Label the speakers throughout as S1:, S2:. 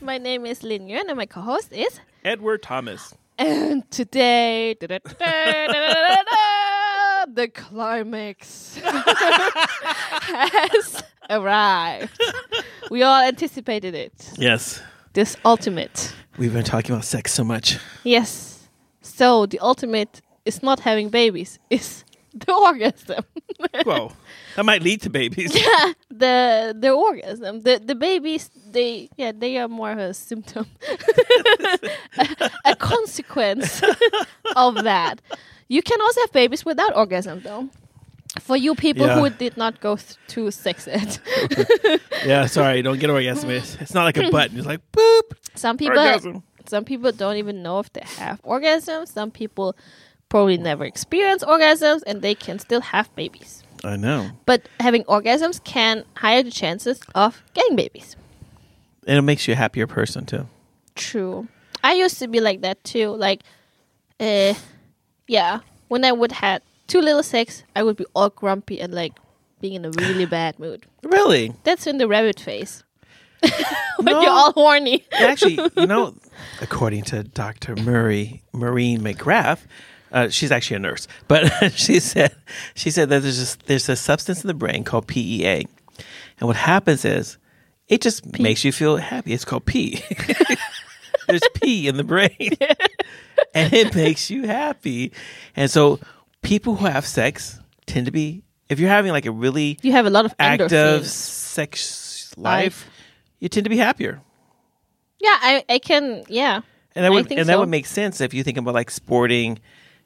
S1: My name is Lin Yuan, and my co-host is.
S2: Edward Thomas.
S1: And today, the climax has arrived. We all anticipated it.
S2: Yes.
S1: This ultimate.
S2: We've been talking about sex so much.
S1: Yes. So the ultimate is not having babies. It's the orgasm.
S2: Whoa. That might lead to babies.
S1: the the orgasm. The the babies they yeah, they are more of a symptom. a, a consequence of that. You can also have babies without orgasm though. For you people who
S2: Yeah.
S1: did not go th- to sex ed.
S2: yeah, sorry, don't get orgasm. It's, it's not like a button. It's like boop.
S1: Some people
S2: Orgasm.
S1: some people don't even know if they have orgasms. Some people probably never experience orgasms and they can still have babies.
S2: I know.
S1: But having orgasms can higher the chances of getting babies.
S2: And it makes you a happier person too.
S1: True. I used to be like that too. Like, uh, yeah, when I would had too little sex, I would be all grumpy and like being in a really bad mood.
S2: Really?
S1: That's in the rabbit phase. when
S2: No.
S1: you're all horny.
S2: Actually, you know, according to Dr. Murray Maureen McGrath, uh, she's actually a nurse, but she said she said that there's just, there's a substance in the brain called PEA, and what happens is it just makes you feel happy. It's called P. there's P in the brain, and it makes you happy. And so, people who have sex tend to be if you're having like a really
S1: You have a lot of
S2: active
S1: endorphins.
S2: sex
S1: Life.
S2: life, you tend to be happier.
S1: Yeah, I, I can. Yeah.
S2: And that
S1: I
S2: would
S1: think
S2: and that
S1: so.
S2: would make sense if you think about like sporting,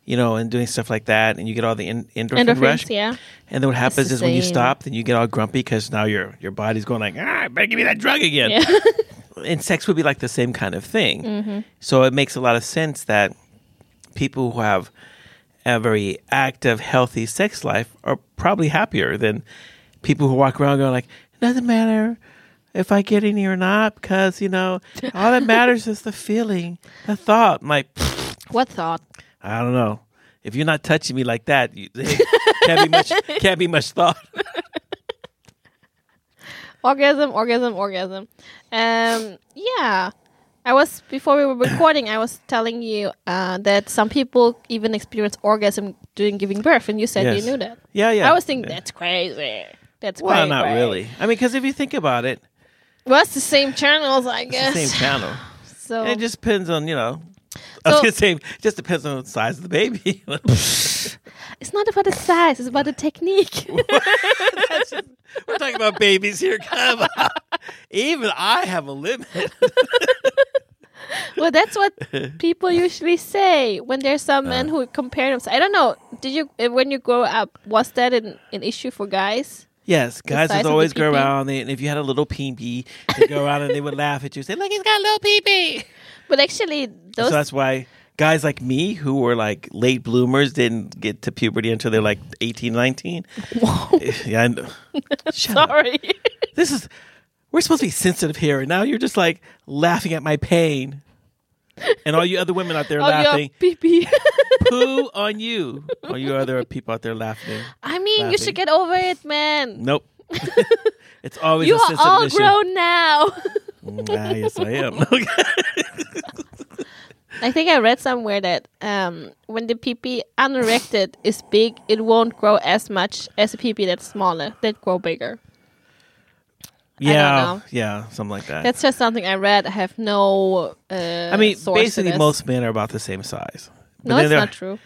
S2: you know, and doing stuff like that, and you get all the in, endorphin
S1: Endorphins,
S2: rush.
S1: yeah.
S2: And then what happens
S1: the
S2: is when you
S1: same.
S2: stop, then you get all grumpy because now your your body's going like, ah, better give me that drug again.
S1: Yeah. Mm-hmm.
S2: And sex would be like the same kind of thing. So it makes a lot of sense that people who have a very active, healthy sex life are probably happier than people who walk around going like, doesn't matter if I get any or not, because you know, all that matters is the feeling, the thought. I'm like, "Pfft,
S1: what thought?
S2: I don't know. If you're not touching me like that, you, can't be much. Can't be much thought.
S1: orgasm, orgasm, orgasm. Um, yeah. I was before we were recording. I was telling you uh, that some people even experience orgasm during giving birth, and you said
S2: Yes.
S1: you knew that.
S2: Yeah, yeah.
S1: I was thinking
S2: Yeah.
S1: that's crazy. That's
S2: Well,
S1: crazy.
S2: not really. I mean, because if you think about it,
S1: Well, it's the same channels, I
S2: it's
S1: guess.
S2: the same channel.
S1: So
S2: It just depends on you know.
S1: So-
S2: So, the same. Just depends on the size of the baby.
S1: it's not about the size; it's about the technique.
S2: We're talking about babies here. Come on. Even I have a limit.
S1: well, that's what people usually say when there's some
S2: Uh.
S1: men who compare themselves. I don't know. Did you uh, when you grow up was that an, an issue for guys?
S2: Yes, guys
S1: size of
S2: would
S1: the
S2: always go
S1: pee-pee?
S2: around, they- and if you had a little pee they'd go around and they would laugh at you, say, "Look, he's got a little pee
S1: But actually, those
S2: So that's why guys like me, who were like late bloomers, didn't get to puberty until they're like 18, 19. yeah, I know. Shut up.
S1: sorry.
S2: This is we're supposed to be sensitive here, and now you're just like laughing at my pain. And all you other women out there
S1: Oh, yeah,
S2: laughing,
S1: pee pee.
S2: poo on you. All you other people out there laughing.
S1: I mean, you should
S2: Laughing.
S1: get over it, man.
S2: Nope. it's always
S1: you
S2: a
S1: are
S2: sensitive
S1: all
S2: issue.
S1: grown now.
S2: Ah, yes, I am.
S1: I think I read somewhere that um, when the pee pee unerected is big, it won't grow as much as a pee pee that's smaller that grow bigger. know.
S2: yeah, yeah, something like that.
S1: That's just something I read. I have no. Uh,
S2: I mean,
S1: source to
S2: basically,
S1: this.
S2: most men are about the same size. But
S1: No,
S2: then
S1: it's
S2: there-
S1: not true.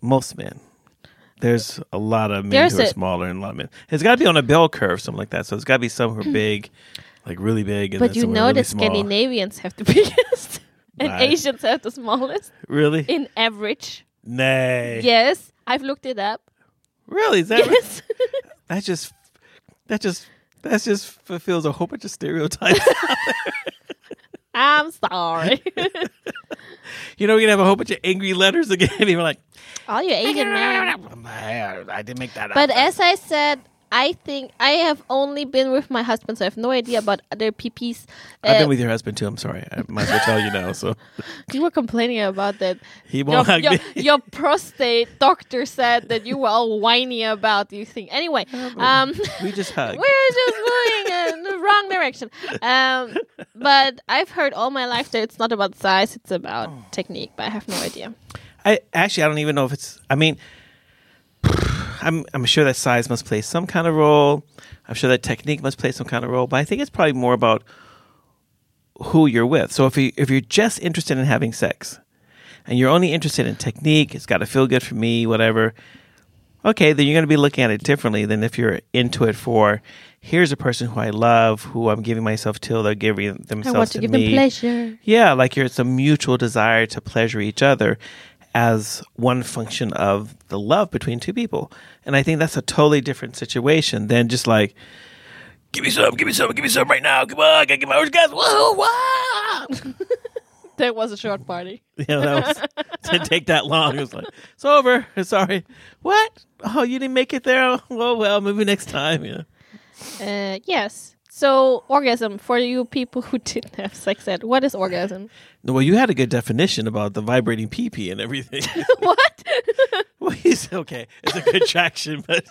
S2: Most men. There's a lot of men
S1: There's
S2: who are
S1: a-
S2: smaller and a lot of men. It's got to be on a bell curve, something like that. So it's got to be some who are big, like really big. And
S1: But
S2: then
S1: you
S2: some who are
S1: know
S2: really
S1: that
S2: small.
S1: Scandinavians have the biggest, and
S2: Right.
S1: Asians have the smallest
S2: Really?
S1: in average.
S2: Nay.
S1: Yes, I've looked it up.
S2: Really? Is that right?
S1: Yes.
S2: That just, that just, that just fulfills a whole bunch of stereotypes.
S1: I'm sorry.
S2: you know, we're going to have a whole bunch of angry letters again. You're like,
S1: All you Asian men. uh,
S2: I'm like, I didn't make that up.
S1: But as I said, I think I have only been with my husband, so I have no idea about other PPs.
S2: I've
S1: Uh,
S2: been with your husband too. I'm sorry. I might as well tell you now. So
S1: you were complaining about that.
S2: he
S1: Your,
S2: won't hug
S1: your,
S2: me.
S1: your prostate doctor said that you were all whiny about these things. Anyway, um,
S2: we just hug.
S1: We're just moving in the wrong direction. Um, but I've heard all my life that it's not about size, it's about technique, but I have no idea.
S2: I actually I don't even know if it's. I mean, I'm I'm sure that size must play some kind of role. I'm sure that technique must play some kind of role. But I think it's probably more about who you're with. So if you if you're just interested in having sex, and you're only interested in technique, it's got to feel good for me, whatever. Okay, then you're going to be looking at it differently than if you're into it for. Here's a person who I love, who I'm giving myself to. They're giving
S1: I
S2: themselves
S1: want to give them
S2: me.
S1: pleasure.
S2: Yeah, like you're, it's a mutual desire to pleasure each other as one function of the love between two people. And I think that's a totally different situation than just like, give me some, give me some, give me some right now. Come on, I gotta get my orange guys. Whoa, wow.
S1: That was a short party.
S2: You know, that was, it didn't take that long. It was like, it's over. Sorry. What? Oh, you didn't make it there? Well, well, maybe next time. Yeah.
S1: Uh, yes. So, orgasm for you people who didn't have sex yet. What is orgasm?
S2: Well, you had a good definition about the vibrating pee pee and everything.
S1: what?
S2: well, you said, okay, it's a good traction, but.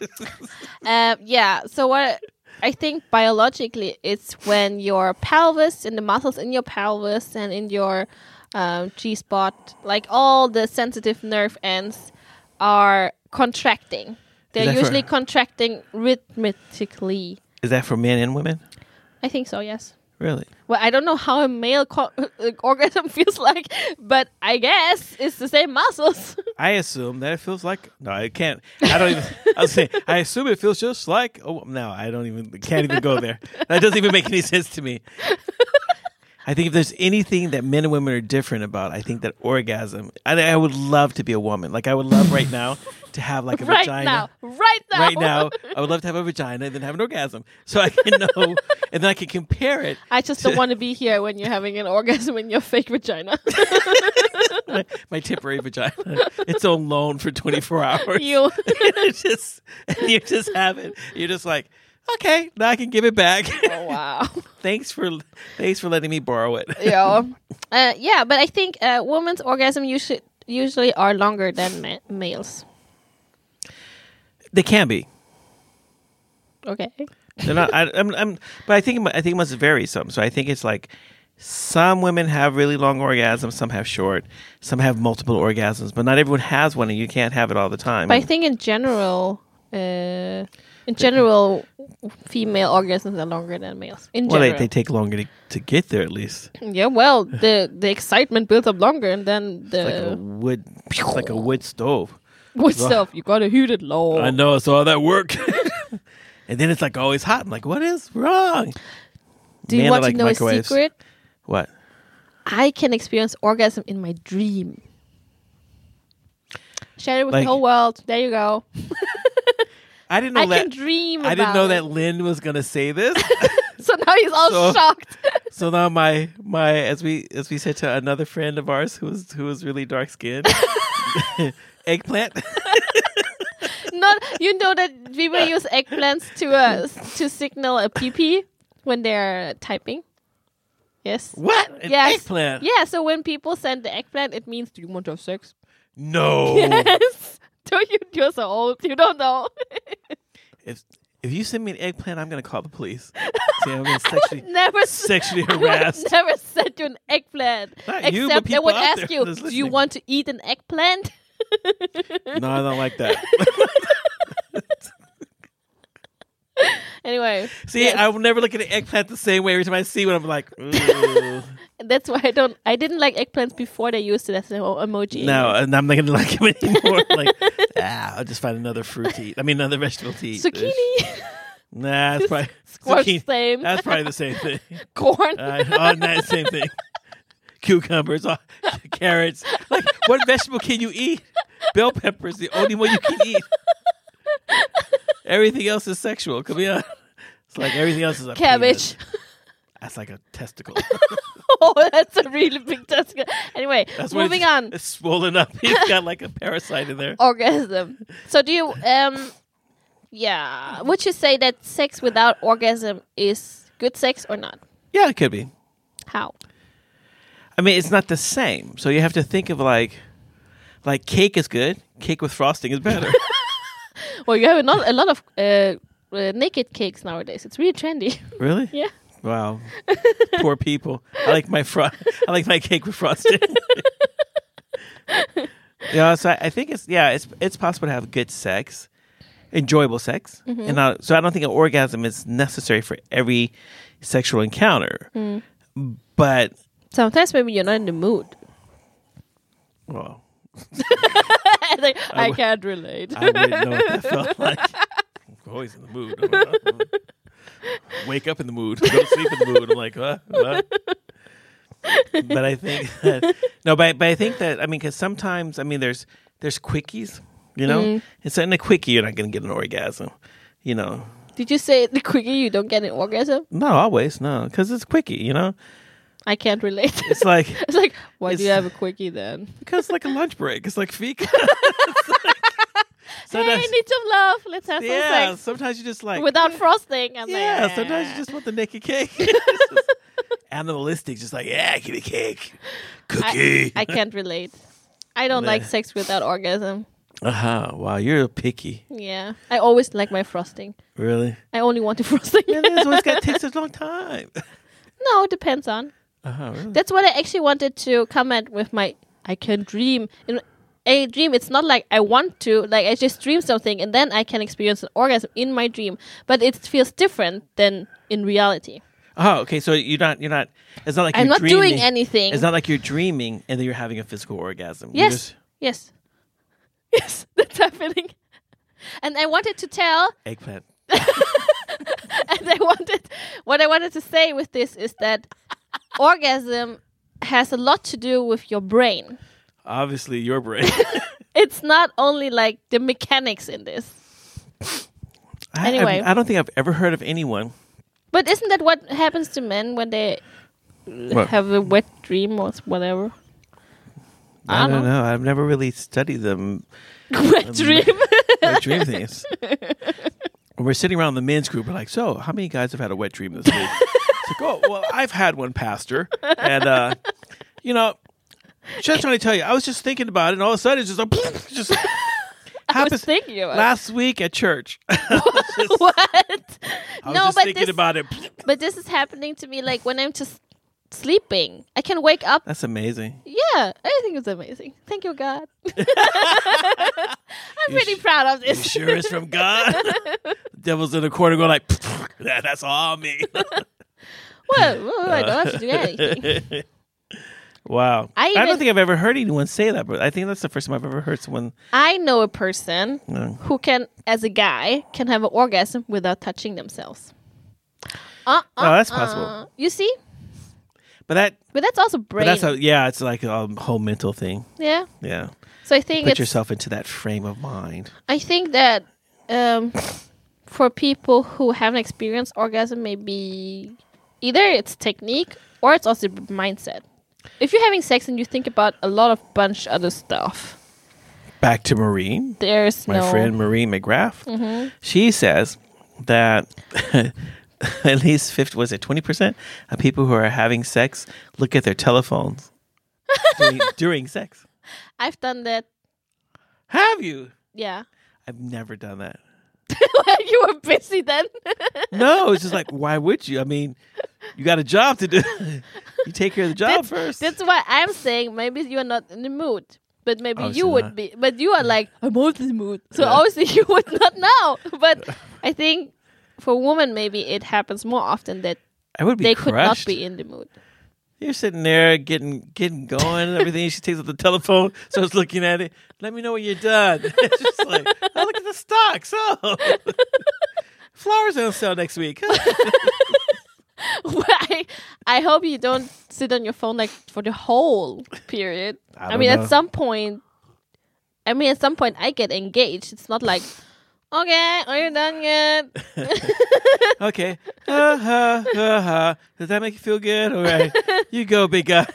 S1: um, yeah. So, what I think biologically, it's when your pelvis and the muscles in your pelvis and in your um, G spot, like all the sensitive nerve ends, are contracting. They're
S2: that for-
S1: usually contracting rhythmically.
S2: Is that for men and women?
S1: I think so, yes.
S2: Really?
S1: Well, I don't know how a male co- uh, orgasm feels like, but I guess it's the same muscles.
S2: I assume that it feels like no, I can't. I don't even. I was saying I assume it feels just like. Oh no, I don't even. Can't even go there. That doesn't even make any sense to me. I think if there's anything that men and women are different about, I think that orgasm. I, I would love to be a woman. Like I would love right now to have like a
S1: right
S2: vagina.
S1: now. Right now.
S2: Right now, I would love to have a vagina and then have an orgasm, so I can know, and then I can compare it.
S1: I just don't want to be here when you're having an orgasm in your fake vagina.
S2: My, my temporary vagina, it's on loan for 24 hours.
S1: you.
S2: it's just and you just have it. You're just like, okay, now I can give it back.
S1: Oh, wow.
S2: thanks for thanks for letting me borrow it.
S1: yeah. Uh, yeah, but I think uh, women's orgasm usually usually are longer than ma- males.
S2: They can be.
S1: Okay.
S2: They're not. I, I'm, I'm. But I think it mu- I think it must vary some. So I think it's like some women have really long orgasms, some have short, some have multiple orgasms, but not everyone has one, and you can't have it all the time.
S1: But I think in general, uh, in general, female orgasms are longer than males. In
S2: well, they,
S1: general.
S2: they take longer to, to get there, at least.
S1: Yeah, well, the the excitement builds up longer, and then
S2: Like a
S1: the
S2: wood, it's like a wood stove.
S1: wood stuff you gotta heat it low.
S2: I know it's all that work. and then it's like always hot. I'm like, what is wrong?
S1: Do you
S2: Men are
S1: want
S2: like
S1: to know
S2: microwaves.
S1: a secret?
S2: What?
S1: I can experience orgasm in my dream. Share it with
S2: Like-
S1: the whole world. There you go.
S2: I didn't know
S1: I
S2: that.
S1: can dream.
S2: I didn't
S1: about
S2: know
S1: it.
S2: that Lynn was gonna say this.
S1: So now he's all
S2: So-
S1: shocked.
S2: so now my my as we as we said to another friend of ours who was who was really dark skinned, eggplant.
S1: Not you know that people use eggplants to uh, s- to signal a PP when they're typing. Yes.
S2: what? An
S1: Yes.
S2: eggplant?
S1: Yeah. So when people send the eggplant, it means do you want to have sex?
S2: No.
S1: Yes. Don't you? You're so old. You don't know.
S2: If if you send me an eggplant, I'm gonna call the police. See, I'm gonna sexually
S1: never. s-
S2: sexually
S1: I would
S2: harassed.
S1: never sent you an eggplant.
S2: Not you,
S1: Except
S2: but
S1: I
S2: people
S1: would
S2: out
S1: ask
S2: there
S1: you,
S2: that's
S1: do you
S2: listening.
S1: want to eat an eggplant?
S2: No, I don't like that.
S1: Anyway,
S2: See,
S1: Yes.
S2: I will never look at an eggplant the same way every time I see one. I'm like, ooh.
S1: that's why I don't. I didn't like eggplants before they used it as an o- emoji.
S2: No, and I'm not gonna like him anymore. like, ah, I'll just find another fruit to eat. I mean, another vegetable to eat.
S1: zucchini,
S2: Nah, that's probably
S1: squash,
S2: zucchini.
S1: same
S2: That's probably the same thing.
S1: corn.
S2: Uh, all night, same thing. Cucumbers, all, carrots. Like, what vegetable can you eat? Bell pepper is the only one you can eat. Everything else is sexual. Come on. It's like everything else is a penis.
S1: Cabbage.
S2: That's like a testicle.
S1: oh, that's a really big testicle. Anyway,
S2: That's what
S1: moving
S2: it's,
S1: on. Oh.
S2: It's swollen up. It's got like a parasite in there.
S1: Orgasm. So do you um Yeah. Would you say that sex without orgasm is good sex or not?
S2: Yeah, it could be.
S1: How?
S2: I mean, it's not the same. So you have to think of like, like cake is good. Cake with frosting is better.
S1: Well, you have a lot, a lot of uh, uh, naked cakes nowadays. It's really trendy.
S2: really?
S1: yeah.
S2: Wow. Poor people. I like my fro- I like my cake with frosting. yeah, so I, I think it's yeah, it's it's possible to have good sex, enjoyable sex, and not, so I don't think an orgasm is necessary for every sexual encounter. But
S1: Sometimes maybe you're not in the mood.
S2: well,
S1: Like, I,
S2: would-
S1: can't relate.
S2: I wouldn't know what that felt like. I'm always in the mood. I'm like, uh, Wake up in the mood. Go to sleep in the mood. I'm like, uh, huh? What? But I think that, no, but but I think that I mean because sometimes I mean there's there's quickies, you know, and so in a quickie you're not going to get an orgasm, you know.
S1: Did you say the quicker you don't get an orgasm?
S2: No, always no, because it's quickie, you know.
S1: I can't relate.
S2: It's like
S1: it's like, why do you
S2: It's-
S1: have a quickie then?
S2: because it's like a lunch break. It's like fika.
S1: hey, I need some love. Let's have
S2: yeah,
S1: some sex
S2: sometimes you just like
S1: without frosting. And
S2: Yeah,
S1: then,
S2: sometimes you just want the naked cake. It's just animalistic, just like, yeah, give me cake. Cookie.
S1: I can't relate. I don't
S2: Yeah.
S1: like sex without orgasm.
S2: uh huh. Wow, you're picky.
S1: Yeah, I always like my frosting.
S2: Really?
S1: I only want the frosting.
S2: Yeah, that's why it's got takes such a long time.
S1: no, it depends on.
S2: Uh huh. Really?
S1: That's what I actually wanted to comment with my I can dream. In a dream, it's not like I want to, like I just dream something and then I can experience an orgasm in my dream. But it feels different than in reality.
S2: Oh, okay. So you're not. You're not. It's not like
S1: I'm
S2: you're
S1: not
S2: dreaming.
S1: doing anything.
S2: It's not like you're dreaming and then you're having a physical orgasm. You
S1: yes.
S2: just-
S1: Yes. Yes, that's happening. And I wanted to tell
S2: eggplant.
S1: and I wanted what I wanted to say with this is that orgasm has a lot to do with your brain.
S2: Obviously, your brain.
S1: It's not only like the mechanics in this.
S2: I, I've-
S1: Anyway.
S2: I don't think I've ever heard of anyone.
S1: But isn't that what happens to men when they
S2: What?
S1: have a wet dream or whatever?
S2: I
S1: don't
S2: don't know. I've never really studied them.
S1: wet dream.
S2: wet dream things. When we're sitting around the men's group, we're like, "So, how many guys have had a wet dream this week?" it's like, "Oh, well, I've had one, Pastor, and uh, you know, just trying to tell you, I was just thinking about it, and all of a sudden, it's just like, just
S1: I was
S2: happens.
S1: thinking about it.
S2: Last week at church, I
S1: what?
S2: was
S1: no,
S2: just
S1: but
S2: thinking
S1: this,
S2: about it.
S1: but this is happening to me like when I'm just sleeping. I can wake up.
S2: That's amazing.
S1: Yeah, I think it's amazing. Thank you, God. I'm really
S2: sh-
S1: proud of
S2: You
S1: this.
S2: sure it's from God? Devil's in the corner going like, "That- "That's all me."
S1: Well, well, I don't have to do anything.
S2: wow,
S1: I
S2: I don't
S1: even-
S2: think I've ever heard anyone say that, but I think that's the first time I've ever heard someone.
S1: I know a person
S2: No.
S1: who can, as a guy, can have an orgasm without touching themselves. Uh, uh,
S2: Oh, that's possible.
S1: uh. You see,
S2: But that
S1: but that's also brain.
S2: But that's a, yeah, it's like a whole mental thing.
S1: yeah.
S2: Yeah,
S1: So I think
S2: put
S1: it's,
S2: yourself into that frame of mind.
S1: I think that um, for people who haven't experienced orgasm, maybe either it's technique or it's also mindset. If you're having sex and you think about a lot of bunch other stuff,
S2: Back to Maureen,
S1: there's
S2: my
S1: no Mm-hmm.
S2: friend Maureen McGrath. She says that at least fifty was it twenty percent of people who are having sex look at their telephones during, during sex.
S1: I've done that.
S2: Have you?
S1: Yeah,
S2: I've never done that.
S1: you were busy then.
S2: No, it's just like why would you? I mean, you got a job to do. you take care of the job first.
S1: That's why I'm saying maybe you're not in the mood. But maybe
S2: Obviously
S1: you would
S2: not.
S1: be. But you are like, I'm out in the mood. So
S2: Yeah.
S1: obviously you would not know. But I think for women, maybe it happens more often that
S2: I would be
S1: they could not
S2: crushed.
S1: be in the mood.
S2: You're sitting there getting getting going and everything. she takes up the telephone, starts looking at it. Let me know when you're done. It's just like, oh, look at the stock. So flowers on sale next week.
S1: Well, I, I hope you don't sit on your phone like for the whole period.
S2: I
S1: I,
S2: don't
S1: mean,
S2: know.
S1: at some point, I mean, at some point, I get engaged. It's not like, okay, are you done yet?
S2: okay. Uh-huh, uh-huh. Does that make you feel good? All right. You go, big guy.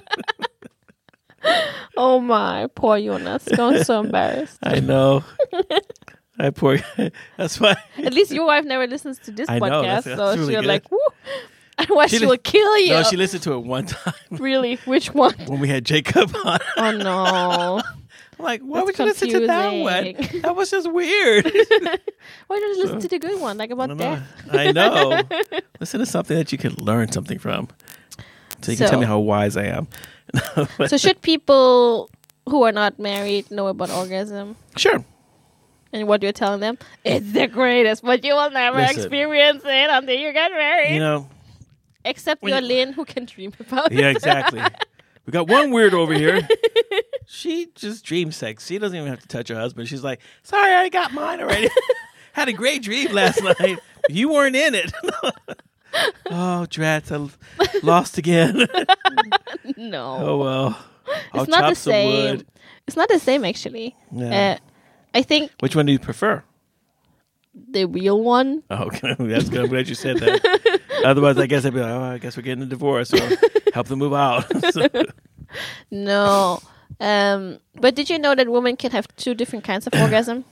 S1: oh my, poor Jonas, going so embarrassed.
S2: I know. I poor. That's why.
S1: At least your wife never listens to this
S2: I know,
S1: podcast,
S2: that's- that's
S1: so
S2: really
S1: she'll
S2: good.
S1: like, Woo! otherwise she,
S2: She li-
S1: will kill you.
S2: No, she listened to it one time
S1: really? Which one?
S2: when we had Jacob on.
S1: Oh no!
S2: I'm like, why
S1: That's
S2: would you listen to that
S1: confusing.
S2: one? That was just weird.
S1: Why don't you listen to the good one, like about
S2: I
S1: death?
S2: don't know. I know. Listen to something that you can learn something from. So you can
S1: So-
S2: tell me how wise I am.
S1: So should people who are not married know about orgasm
S2: sure.
S1: and what you're telling them? It's the greatest, but you will never
S2: Listen.
S1: experience it until you get married.
S2: You know,
S1: Except
S2: when
S1: your
S2: you-
S1: Lynn, who can dream about
S2: yeah,
S1: it.
S2: exactly. we got one weird over here. She just dreams sex. She doesn't even have to touch her husband. She's like, sorry, I got mine already. Had a great dream last night. You weren't in it. oh, drats. I l- lost again.
S1: No,
S2: oh, well. I'll
S1: it's not
S2: chop
S1: the
S2: some
S1: same.
S2: wood.
S1: It's not the same, actually.
S2: Yeah.
S1: Uh, I think
S2: Which one do you prefer?
S1: the real one.
S2: Oh, okay. that's good. I'm glad you said that. Otherwise, I guess I'd be like, oh, I guess we're getting a divorce. Or help them move out. So-
S1: No. Um, but did you know that women can have two different kinds of orgasm?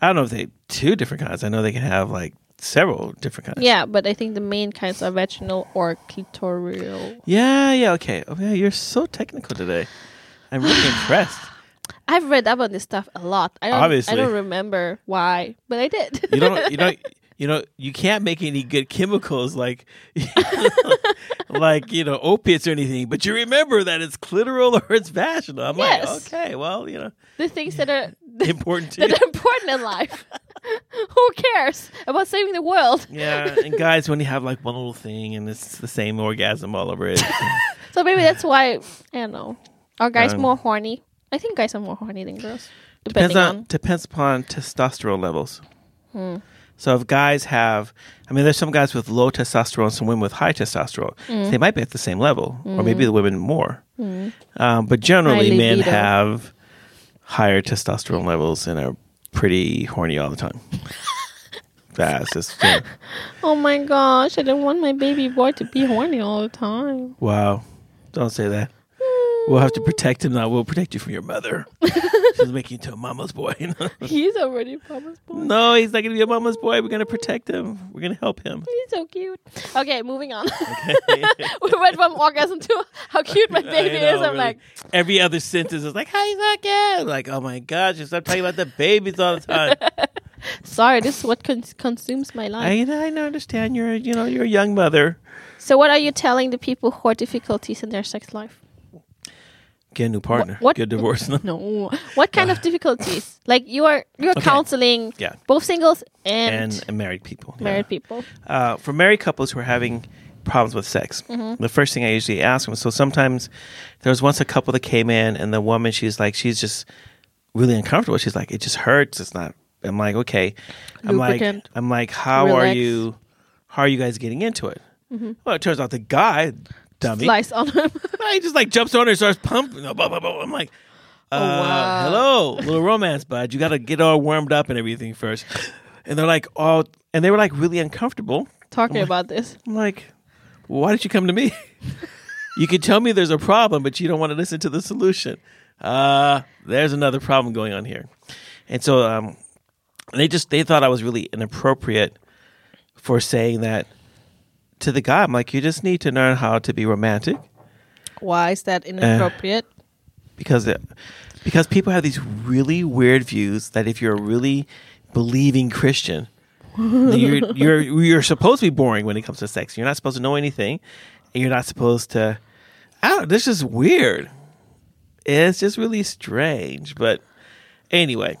S2: I don't know if they two different kinds. I know they can have like several different kinds.
S1: Yeah, but I think the main kinds are vaginal or clitoral.
S2: Yeah. Yeah. Okay. Oh, yeah. You're so technical today. I'm really impressed.
S1: I've read about this stuff a lot. I don't,
S2: Obviously.
S1: I don't remember why, but I did.
S2: You don't. You don't. You know, you can't make any good chemicals like, like you know, opiates or anything. But you remember that it's clitoral or it's vaginal. I'm
S1: Yes.
S2: like, okay, well, you know,
S1: the things that are
S2: important to
S1: that
S2: you.
S1: are important in life. Who cares about saving the world?
S2: Yeah, and guys, when you have like one little thing and it's the same orgasm all over it.
S1: So maybe that's why I don't know. Are guys
S2: Um,
S1: more horny? I think guys are more horny than girls.
S2: depends
S1: Depending
S2: on,
S1: on, Hmm.
S2: depends upon testosterone levels. So if guys have, I mean, there's some guys with low testosterone, and some women with high testosterone.
S1: Hmm.
S2: They might be at the same level, or maybe the women more. Um, but generally,
S1: High
S2: men
S1: libido.
S2: have higher testosterone levels and are pretty horny all the time. That's just yeah.
S1: Oh my gosh! I don't want my baby boy to be horny all the time.
S2: wow. Don't say that. We'll have to protect him now. We'll protect you from your mother. She's making you into a mama's boy.
S1: He's already promised boy.
S2: no, he's not going to be a mama's boy. We're going to protect him. We're going to help him.
S1: He's so cute. Okay, moving on. we went from orgasm to how cute my baby
S2: I
S1: is.
S2: know,
S1: I'm
S2: really.
S1: like,
S2: every other sentence is like, "Hey, look at!" Like, oh my gosh, you stop talking about the babies all the time.
S1: sorry, this is what cons- consumes my life.
S2: I, I know, understand. You're, you know, you're a young mother.
S1: so, what are you telling the people who are difficulties in their sex life?
S2: Get a new partner.
S1: what-
S2: Get a divorce.
S1: No. What kind of difficulties? Like you are you're
S2: Okay.
S1: counseling
S2: Yeah.
S1: both singles and,
S2: and, and married people. yeah.
S1: married people.
S2: uh, for married couples who are having problems with sex,
S1: Mm-hmm.
S2: the first thing I usually ask them. So sometimes there was once a couple that came in, and the woman she's like, she's just really uncomfortable. She's like, it just hurts. It's not. I'm like, okay. I'm like,
S1: Lubricant.
S2: I'm like, how are
S1: Relax. Mm-hmm.
S2: you? How are you guys getting into it? Well, it turns out the guy, dummy,
S1: Slice on him.
S2: he just like jumps on her and starts pumping. Blah, blah, blah, blah. I'm like. Uh,
S1: Oh, wow.
S2: Hello, little romance bud. You got to get all warmed up and everything first. And they're like, all, and they were like really uncomfortable.
S1: Talking about this.
S2: I'm like, why did you come to me? you could tell me there's a problem, but you don't want to listen to the solution. Uh, there's another problem going on here. And so um, they just they thought I was really inappropriate for saying that to the guy. I'm like, you just need to learn how to be romantic
S1: Why is
S2: Uh,
S1: that inappropriate?
S2: because it, because people have these really weird views that if you're a really believing Christian, then you're you're you're supposed to be boring when it comes to sex. You're not supposed to know anything, and you're not supposed to. I don't. This is weird. It's just really strange. But anyway,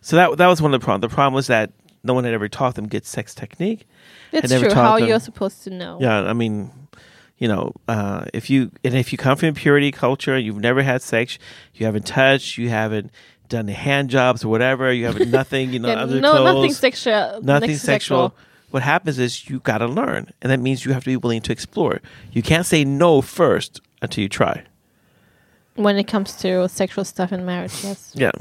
S2: so that that was one of the problems. The problem was that no one had ever taught them good sex technique. I
S1: That's
S2: never
S1: true.
S2: taught
S1: How
S2: them-
S1: you're supposed to know.
S2: Yeah, I mean, you know, uh, if you and if you come from purity culture, you've never had sex, you haven't touched, you haven't done the hand jobs or whatever, you haven't nothing, you know,
S1: Yeah,
S2: other
S1: no,
S2: clothes,
S1: nothing sexual.
S2: nothing sexual. What happens is you got to learn, and that means you have to be willing to explore. You can't say no first until you try.
S1: when it comes to sexual stuff in marriage. Yes,
S2: Yeah,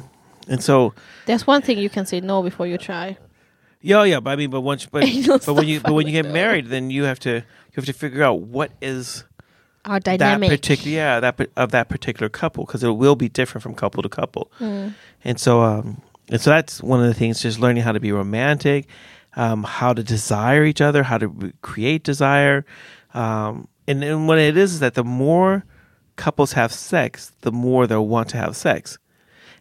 S2: and so
S1: there's one thing you can say no before you try.
S2: Yeah, yeah, but I mean, but once, but,
S1: Anal
S2: but when you but when you
S1: stuff,
S2: get
S1: I know.
S2: married, then you have to you have to figure out what is
S1: Our dynamic.
S2: that particular yeah that pa- of that particular couple because it will be different from couple to couple, and so um, and so that's one of the things just learning how to be romantic um, how to desire each other how to re- create desire um, and, and what it is is that the more couples have sex the more they'll want to have sex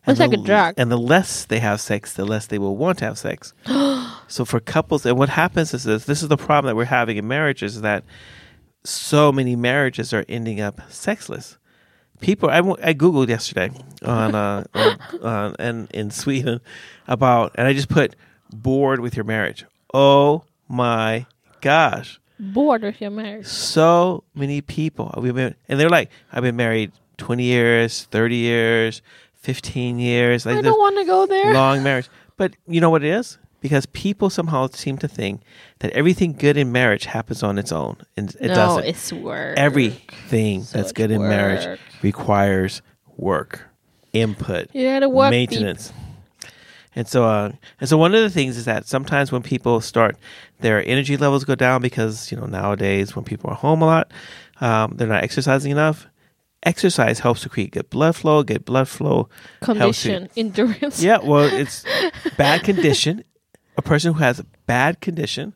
S1: It's
S2: And
S1: like a
S2: the-
S1: drug.
S2: and the less they have sex the less they will want to have sex so for couples and what happens is this this is the problem that we're having in marriages is that so many marriages are ending up sexless people I, w- I googled yesterday on, uh, on uh, and in sweden about and i just put bored with your marriage oh my gosh
S1: Bored with your marriage.
S2: so many people we've been and they're like i've been married 20 years 30 years 15 years
S1: I
S2: like the-
S1: don't want to go there.
S2: long marriage. But you know what it is? Because people somehow seem to think that everything good in marriage happens on its own, and it
S1: no,
S2: doesn't.
S1: it's work.
S2: Everything
S1: So
S2: that's
S1: it's
S2: good in marriage
S1: work.
S2: requires work, input,
S1: You gotta work deep.
S2: maintenance. And so, uh, and so, one of the things is that sometimes when people start, their energy levels go down because you know nowadays when people are home a lot, um, they're not exercising enough. Exercise helps to create good blood flow. Good blood flow helps to-
S1: Condition, endurance.
S2: yeah, well, it's bad condition. A person who has bad condition.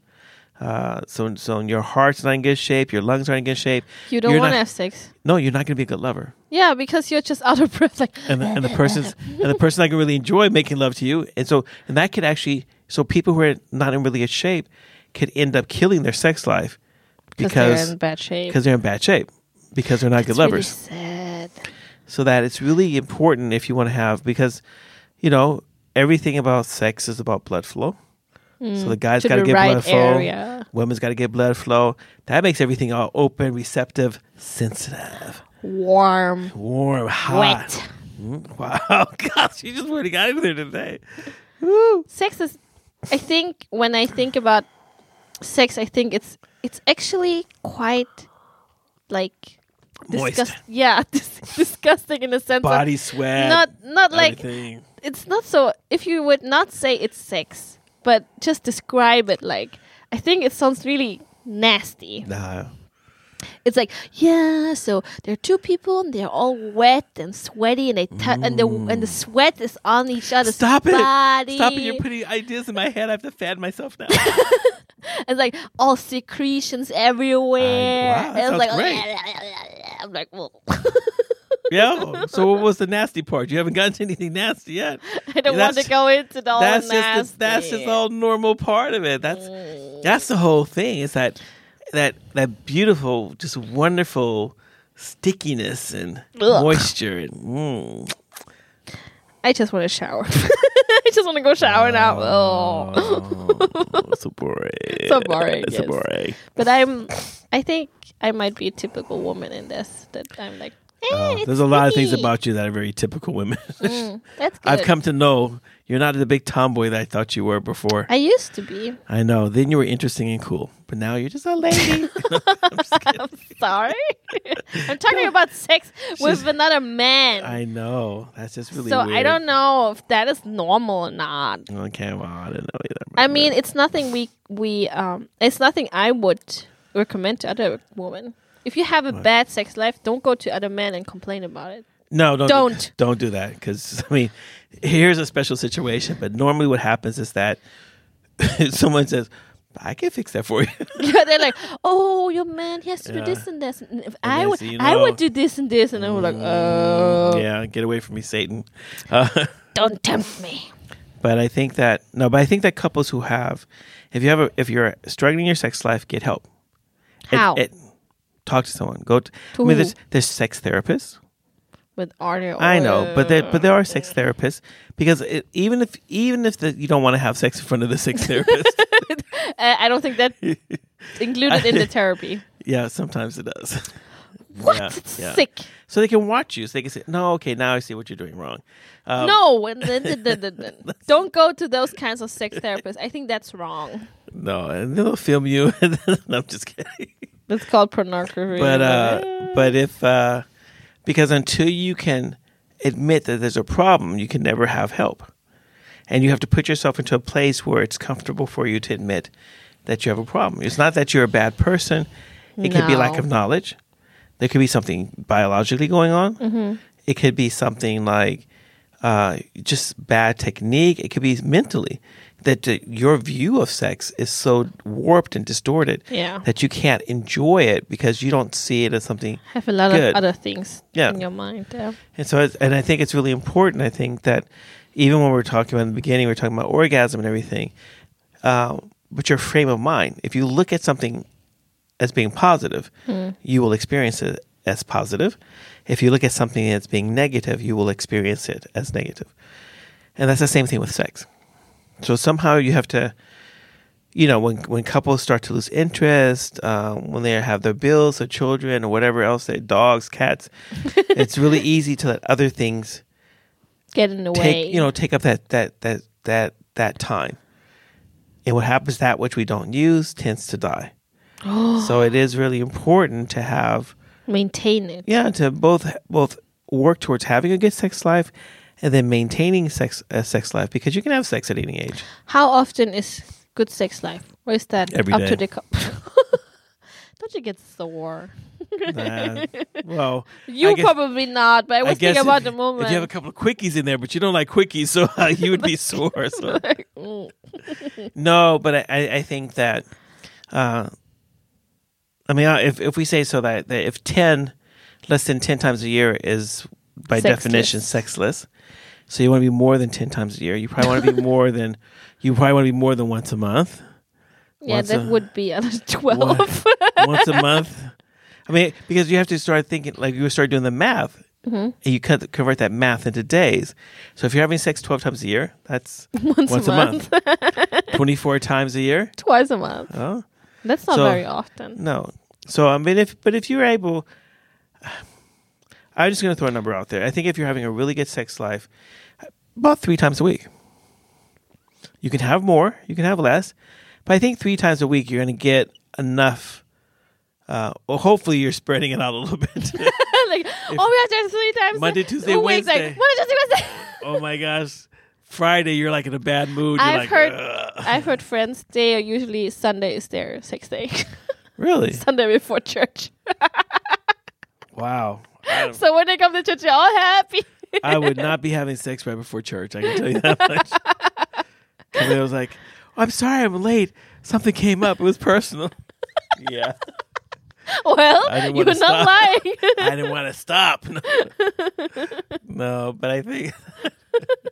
S2: Uh, so, so your heart's not in good shape. Your lungs aren't in good shape.
S1: You don't
S2: You're
S1: want to
S2: not-
S1: have sex.
S2: No, you're not going to be a good lover.
S1: Yeah, because you're just out of breath. Like,
S2: And the, and the person's and the person that can really enjoy making love to you. And so, and that could actually. So people who are not in really good shape could end up killing their sex life
S1: because
S2: because
S1: they're in bad shape.
S2: because they're in bad shape because they're not good
S1: It's really
S2: lovers.
S1: sad.
S2: so that it's really important if you want to have because you know everything about sex is about blood flow so the guy's
S1: Hmm. To
S2: got to
S1: the
S2: get
S1: right
S2: blood flow
S1: area.
S2: women's got to get blood flow that makes everything all open receptive sensitive
S1: Warm,
S2: warm hot
S1: wet.
S2: Mm, wow gosh you just really got in there today
S1: Sex is. I think when I think about sex, I think it's it's actually quite like
S2: Moist.
S1: disgust. Yeah, dis- disgusting in the sense
S2: body
S1: of
S2: sweat
S1: not not like
S2: everything.
S1: it's not so if you would not say it's sex but just describe it like i think it sounds really nasty
S2: Nah.
S1: it's like yeah so there are two people and they're all wet and sweaty and they t- and the and the sweat is on each other's
S2: Mm. Stop it!
S1: body
S2: Stop it! You're putting ideas in my head. I have to fan myself now.
S1: it's like all secretions everywhere
S2: Uh, wow, that
S1: it's
S2: sounds
S1: like i'm like well
S2: yeah. So what was the nasty part? You haven't gotten to anything nasty yet.
S1: i don't want
S2: That's-
S1: to go into the all
S2: that's
S1: nasty.
S2: just the, that's just all normal part of it. That's
S1: Mm.
S2: that's the whole thing. Is that that that beautiful, just wonderful stickiness and
S1: Ugh.
S2: moisture and mm.
S1: i just want to shower i just want to go shower now oh.
S2: oh, so boring.
S1: So boring,
S2: so
S1: yes.
S2: boring.
S1: But I'm, I think I might be a typical woman in this. That I'm like, eh, it's
S2: Oh, There's a lot of things
S1: me.
S2: about you that are very typical women.
S1: Mm, that's good.
S2: I've come to know you're not the big tomboy that I thought you were before.
S1: I used to be.
S2: I know. Then you were interesting and cool, but now you're just a lady.
S1: Sorry, I'm talking about sex with
S2: She's-
S1: another man.
S2: I know. That's just really
S1: so I
S2: weird.
S1: don't know if that is normal or not.
S2: Okay, well, I didn't know either.
S1: I mean, it's nothing we we um, it's nothing I would recommend to other women. If you have a bad sex life, don't go to other men and complain about it.
S2: no, don't
S1: don't.
S2: don't do that because I mean, here's a special situation. But normally, what happens is that someone says, "I can fix that for you."
S1: Yeah, they're like, oh, your man, he has to
S2: Yeah.
S1: do this and this. And if
S2: And
S1: I
S2: then
S1: would,
S2: so you
S1: I would
S2: know.
S1: do
S2: Mm,
S1: this and this, and I'm like, oh,
S2: yeah, get away from me, Satan. Uh,
S1: don't tempt me.
S2: but I think that no, but I think that couples who have, if you have, a, if you're struggling in your sex life, get help. It-
S1: How?
S2: it- talk to someone. Go. To,
S1: To
S2: I mean,
S1: who?
S2: there's there's sex therapists.
S1: With Arnie,
S2: I know, but there, but there are sex therapists because it, even if even if the, you don't want to have sex in front of the sex therapist,
S1: uh, I don't think that included in the therapy.
S2: yeah, sometimes it does.
S1: What?
S2: Yeah,
S1: It's
S2: yeah.
S1: sick.
S2: So they can watch you. So they can say, "No, okay, now I see what you're doing wrong." Um,
S1: no, and then- then- then- then- then. don't go to those kinds of sex therapists. I think that's wrong.
S2: no, and they'll film you. and I'm just kidding.
S1: That's called pornography.
S2: But uh, but if uh, because until you can admit that there's a problem, you can never have help, and you have to put yourself into a place where it's comfortable for you to admit that you have a problem. It's not that you're a bad person; it could be lack
S1: No.
S2: of knowledge. There could be something biologically going on. It could be something like uh, just bad technique. It could be mentally that uh, your view of sex is so warped and distorted
S1: Yeah.
S2: that you can't enjoy it because you don't see it as something
S1: have a lot
S2: Good.
S1: of other things
S2: Yeah.
S1: in your mind. Yeah.
S2: and so, it's, and I think it's really important. I think that even when we were talking about in the beginning, we were talking about orgasm and everything, uh, but your frame of mind. If you look at something as being positive, you will experience it as positive. If you look at something as being negative, you will experience it as negative. And that's the same thing with sex. So somehow you have to, you know, when when couples start to lose interest, uh, when they have their bills or children or whatever else, their dogs, cats, it's really easy to let other things
S1: Get in the way.
S2: take you know take up that that that that that time. And what happens that which we don't use tends to die. so it is really important to have
S1: maintain it.
S2: yeah to both both work towards having a good sex life and then maintaining sex a sex life because you can have sex at any age.
S1: How often is good sex life? Or is that
S2: Every
S1: up
S2: day.
S1: to the cup? Don't you get sore?
S2: Uh, well, I
S1: You
S2: guess-
S1: probably not, but I was thinking
S2: guess
S1: about
S2: if-
S1: the moment.
S2: If you have a couple of quickies in there, but you don't like quickies, so uh, you would be sore. So
S1: Mm.
S2: no, but I- I, I think that, uh, I mean, uh, if if we say so that, that if ten less than ten times a year is by
S1: Sexless.
S2: definition sexless, so you want to be more than ten times a year. You probably want to be more than you probably want to be more than once a month.
S1: yeah,
S2: Once
S1: that
S2: a-
S1: would be under 12.
S2: Once, once a month. I mean, because you have to start thinking, like you start doing the math,
S1: Mm-hmm.
S2: and you cut, convert that math into days. So if you're having sex 12 times a year, that's
S1: Once, a month.
S2: 24 times a year.
S1: Twice a month.
S2: Oh,
S1: That's not
S2: So-
S1: very often.
S2: no. So, I mean, if, but if you're able, I'm just going to throw a number out there. I think if you're having a really good sex life, about three times a week, you can have more, you can have less, but I think three times a week, you're going to get enough. Uh, well, hopefully, you're spreading it out a little bit.
S1: like, oh, we have to have three times.
S2: Monday, Tuesday,
S1: Oh, wait, it's like,
S2: Wednesday.
S1: Monday, Tuesday, Wednesday.
S2: oh my gosh. Friday, you're like in a bad mood. You're
S1: I've
S2: like,
S1: heard-
S2: "Ugh."
S1: I've heard friends, they are usually Sunday is their sex day.
S2: Really?
S1: Sunday before church.
S2: Wow. I,
S1: So when they come to church, they're all happy.
S2: I would not be having sex right before church. I can tell you that much. And I was like, "Oh, I'm sorry I'm late. Something came up. It was personal. Yeah.
S1: Well,
S2: I didn't
S1: you're
S2: wanna
S1: not
S2: stop.
S1: lying.
S2: I didn't want to stop. No. No, but I think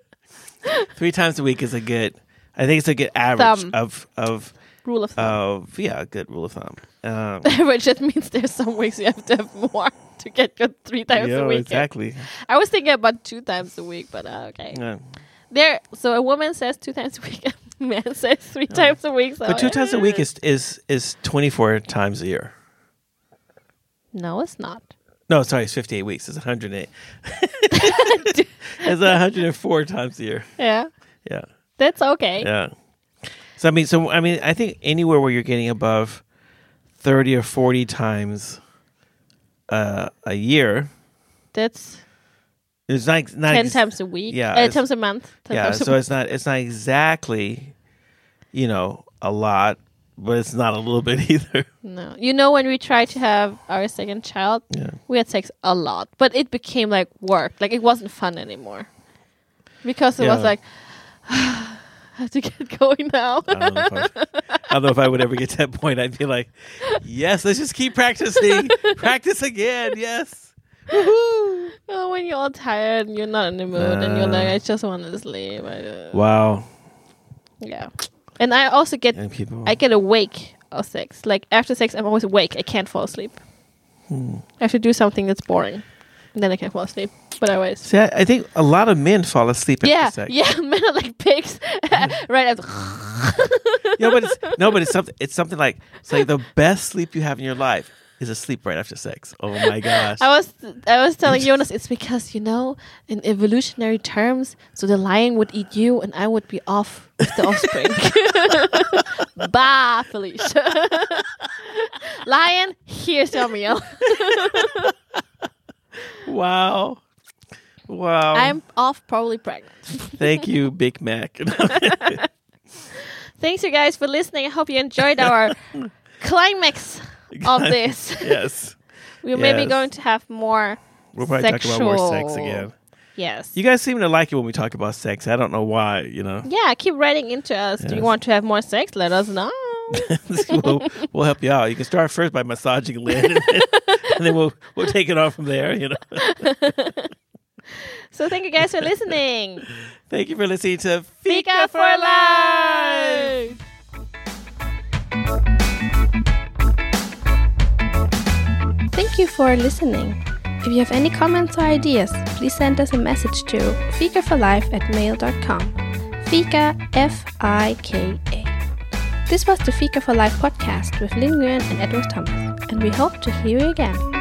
S2: three times a week is a good, I think it's a good average
S1: Thumb.
S2: of, of,
S1: Rule of thumb.
S2: of, yeah, a good rule of thumb. Um,
S1: Uh, Which just means there's some weeks you have to have more to get good three times
S2: yeah,
S1: a week.
S2: exactly.
S1: I was thinking about two times a week, but uh, okay.
S2: Yeah.
S1: There. So a woman says two times a week, a man says three times a week. So
S2: But two times a week is is is twenty four times a year.
S1: No, it's not.
S2: No, sorry, it's fifty eight weeks. It's one hundred eight. it's one hundred and four times a year.
S1: Yeah,
S2: Yeah,
S1: that's okay.
S2: yeah. So I mean, so I mean, I think anywhere where you're getting above thirty or forty times uh, a year,
S1: That's
S2: it's not not
S1: ten
S2: ex-
S1: times a week.
S2: yeah,
S1: uh,
S2: it's-
S1: times a month. 10
S2: Yeah,
S1: times a
S2: so
S1: month.
S2: it's not it's not exactly, you know, a lot, but it's not a little bit either.
S1: No, you know when we tried to have our second child,
S2: Yeah.
S1: we had sex a lot, but it became like work. Like it wasn't fun anymore because it was
S2: Yeah.
S1: like I have to get going now.
S2: I don't, know if I, was- I don't know if I would ever get to that point. I'd be like, yes, let's just keep practicing. Practice again. Yes. Woohoo.
S1: Oh, when you're all tired and you're not in the mood and you're like,
S2: Uh.
S1: I just want to sleep. I, uh,
S2: Wow.
S1: yeah. And I also get,
S2: And people.
S1: I get awake of sex. Like after sex, I'm always awake. I can't fall asleep.
S2: Hmm.
S1: I have to do something that's boring, and then I can fall asleep. But otherwise,
S2: See, I, I think a lot of men fall asleep after
S1: yeah,
S2: sex.
S1: yeah, men are like pigs. right after,
S2: No, but it's, no, but it's something. It's something like it's like the best sleep you have in your life is a sleep right after sex. Oh my gosh.
S1: I was, I was telling Jonas, it's because you know, in evolutionary terms, so the lion would eat you, and I would be off with the offspring. Bye, Felicia. lion, here's your meal.
S2: wow. Wow.
S1: I'm off, probably pregnant.
S2: Thank you, Big Mac. Oh
S1: Thanks, you guys, for listening. I hope you enjoyed our climax of this.
S2: yes.
S1: We're maybe
S2: Yes.
S1: going to have more
S2: We'll probably talk about more sex
S1: Sexual.
S2: again.
S3: Yes.
S2: You guys seem to like it when we talk about sex. I don't know why, you know.
S3: yeah, keep writing into us. Do you
S2: Yes.
S3: want to have more sex? Let us know.
S2: we'll, we'll help you out. You can start first by massaging Lynn, and then, and then we'll we'll take it on from there. You know.
S3: so thank you guys for listening.
S2: Thank you for listening to
S3: Speak Up for Life. Thank you for listening. If you have any comments or ideas, please send us a message to fikaforlife at mail.com. Fika, F I K A. This was the Fika for Life podcast with Lynn Nguyen and Edward Thomas, and we hope to hear you again.